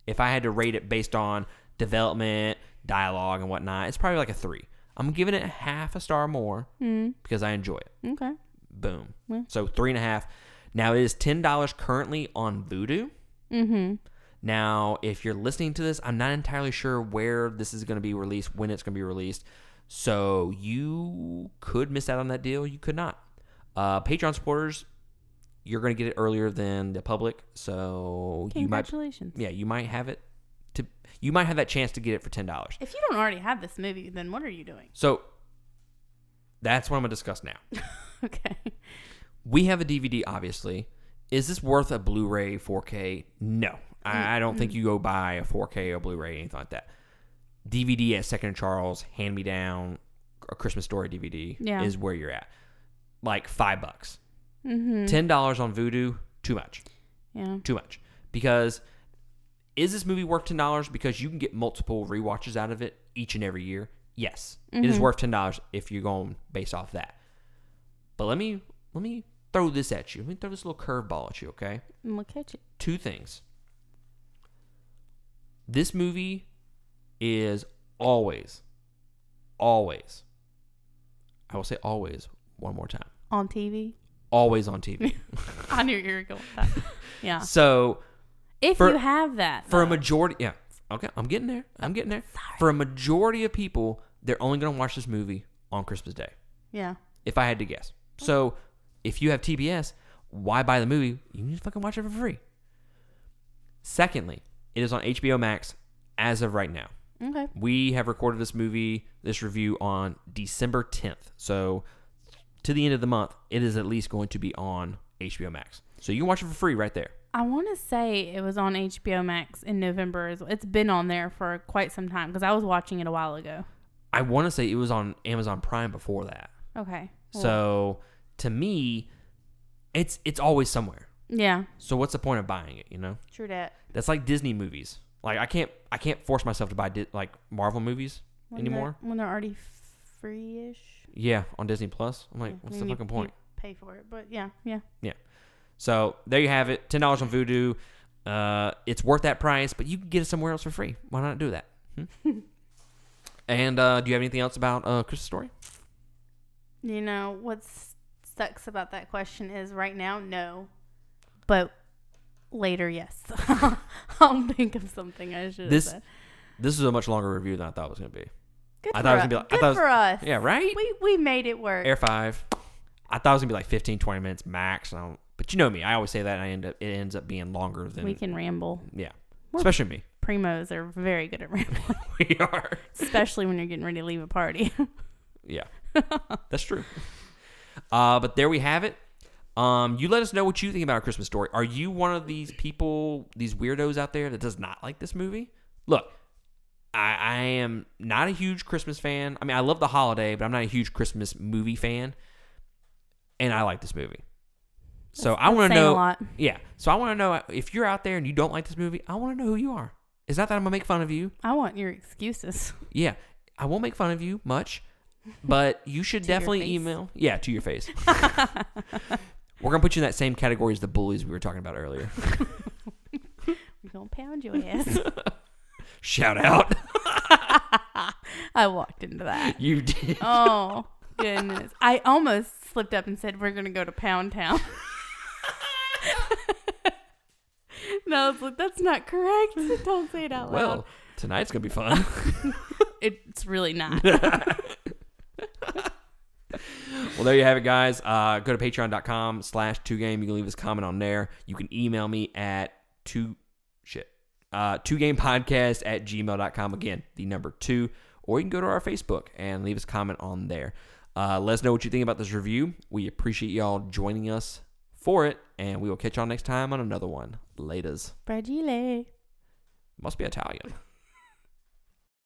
Speaker 1: If I had to rate it based on development, dialogue, and whatnot, it's probably like a three. I'm giving it half a star more
Speaker 2: Mm,
Speaker 1: because I enjoy it.
Speaker 2: okay.
Speaker 1: Boom.
Speaker 2: Yeah.
Speaker 1: So three and a half. Now it is ten dollars currently on Vudu.
Speaker 2: Mm-hmm.
Speaker 1: Now, if you're listening to this, I'm not entirely sure where this is going to be released, when it's going to be released. So you could miss out on that deal. You could not. Uh, Patreon supporters, you're going to get it earlier than the public. So you might,
Speaker 2: Congratulations.
Speaker 1: yeah, you might have it to, you might have that chance to get it for ten dollars.
Speaker 2: If you don't already have this movie, then what are you doing? (laughs)
Speaker 1: So that's what I'm going to discuss now.
Speaker 2: Okay.
Speaker 1: we have a DVD, obviously. Is this worth a Blu ray 4K? No. I, I don't think you go buy a 4K or Blu ray, anything like that. DVD at Second and Charles, hand me down, a Christmas story DVD
Speaker 2: Yeah.
Speaker 1: is where you're at. Like five bucks.
Speaker 2: Mm-hmm.
Speaker 1: $10 on Voodoo, too much.
Speaker 2: Yeah.
Speaker 1: Too much. Because is this movie worth $10? Because you can get multiple rewatches out of it each and every year. Yes. it is
Speaker 2: Mhm.
Speaker 1: worth $10 if you're going based off that. But let me let me throw this at you. Let me throw this little curveball at you, okay?
Speaker 2: I'm gonna catch it.
Speaker 1: Two things. This movie is always always I will say always one more time.
Speaker 2: On TV. (laughs)
Speaker 1: Always on TV.
Speaker 2: I knew you were going
Speaker 1: (laughs)
Speaker 2: with that. Yeah.
Speaker 1: So
Speaker 2: If
Speaker 1: For-
Speaker 2: you have that.
Speaker 1: for a
Speaker 2: though.
Speaker 1: majority yeah okay i'm getting there i'm getting there for a majority of people they're only going to watch this movie on christmas day
Speaker 2: Yeah.
Speaker 1: if i had to guess so if you have tbs why buy the movie you can just fucking watch it for free secondly it is on hbo max as of right now
Speaker 2: Okay.
Speaker 1: we have recorded this movie this review on december 10th so to the end of the month it is at least going to be on hbo max so you can watch it for free right there
Speaker 2: I want to say it was on HBO Max in November. as It's been on there for quite some time because I was watching it a while ago.
Speaker 1: i want to say it was on amazon prime before that
Speaker 2: Okay. Well,
Speaker 1: So to me, it's it's always somewhere.
Speaker 2: yeah,
Speaker 1: So what's the point of buying it? You know,
Speaker 2: true that.
Speaker 1: that's like Disney movies. Like I can't I can't force myself to buy Di- like Marvel movies
Speaker 2: When
Speaker 1: anymore.
Speaker 2: They're, when they're already free-ish.
Speaker 1: Yeah, on Disney Plus. I'm like,
Speaker 2: Mm-hmm. Yeah,
Speaker 1: what's
Speaker 2: I mean,
Speaker 1: the
Speaker 2: you-
Speaker 1: fucking point?
Speaker 2: you pay for it, but yeah, yeah.
Speaker 1: So there you have it. Ten dollars on Vudu. Uh, it's worth that price, but you can get it somewhere else for free. Why not do that? Hmm? and uh, do you have anything else about uh, Christmas Story?
Speaker 2: You know what sucks about that question is right now, no, but later, yes. (laughs) I'll think of something I should.
Speaker 1: This-
Speaker 2: have said.
Speaker 1: This is a much longer review than I thought it was going to be.
Speaker 2: Good
Speaker 1: I
Speaker 2: for
Speaker 1: thought it was
Speaker 2: us.
Speaker 1: gonna be like- I
Speaker 2: Good
Speaker 1: thought it was-
Speaker 2: for us.
Speaker 1: Yeah, right.
Speaker 2: We we made it work.
Speaker 1: Air five. I thought it was gonna be like 15, 20 minutes max. And I don't, but you know me, I always say that, and I end up it ends up being longer than
Speaker 2: we can ramble.
Speaker 1: yeah,
Speaker 2: We're-
Speaker 1: especially me.
Speaker 2: Primos are very good
Speaker 1: (laughs)
Speaker 2: at rambling,
Speaker 1: we are.
Speaker 2: especially when you're getting ready to leave a party.
Speaker 1: Yeah, that's true. Uh, but there we have it. Um, you let us know what you think about our Christmas story. Are you one of these people, these weirdos out there that does not like this movie? Look, I, I am not a huge Christmas fan. I mean, I love the holiday, but I'm not a huge Christmas movie fan. And I like this movie. So I want to
Speaker 2: Saying
Speaker 1: know.
Speaker 2: a lot.
Speaker 1: Yeah. So I want to know if you're out there and you don't like this movie, I want to know who you are. It's not that I'm going to make fun of you.
Speaker 2: I want your excuses. (laughs)
Speaker 1: Yeah. I won't make fun of you much, but you should
Speaker 2: (laughs) To your
Speaker 1: definitely
Speaker 2: face.
Speaker 1: email. Yeah, to your
Speaker 2: (laughs)
Speaker 1: face. We're going to put you in that same category as the bullies we were talking about earlier. (laughs)
Speaker 2: We're gonna pound your ass.
Speaker 1: Shout
Speaker 2: (laughs)
Speaker 1: out.
Speaker 2: I walked into that.
Speaker 1: You did.
Speaker 2: Oh goodness! I almost slipped up and said we're gonna go to Pound Town. (laughs) no, I was like, that's not correct. Don't say it out
Speaker 1: Well, tonight's going to be fun.
Speaker 2: loud. It's really not.
Speaker 1: well, there you have it, guys. Uh, go to patreon.com slash 2game. You can leave us a comment on there. You can email me at 2... Shit. Uh, 2gamepodcast at gmail.com. Again, the number 2. Or you can go to our Facebook and leave us a comment on there. Uh, let us know what you think about this review. We appreciate y'all joining us for it. And we will catch y'all next time on another one. Laters.
Speaker 2: Fragile.
Speaker 1: Must be Italian.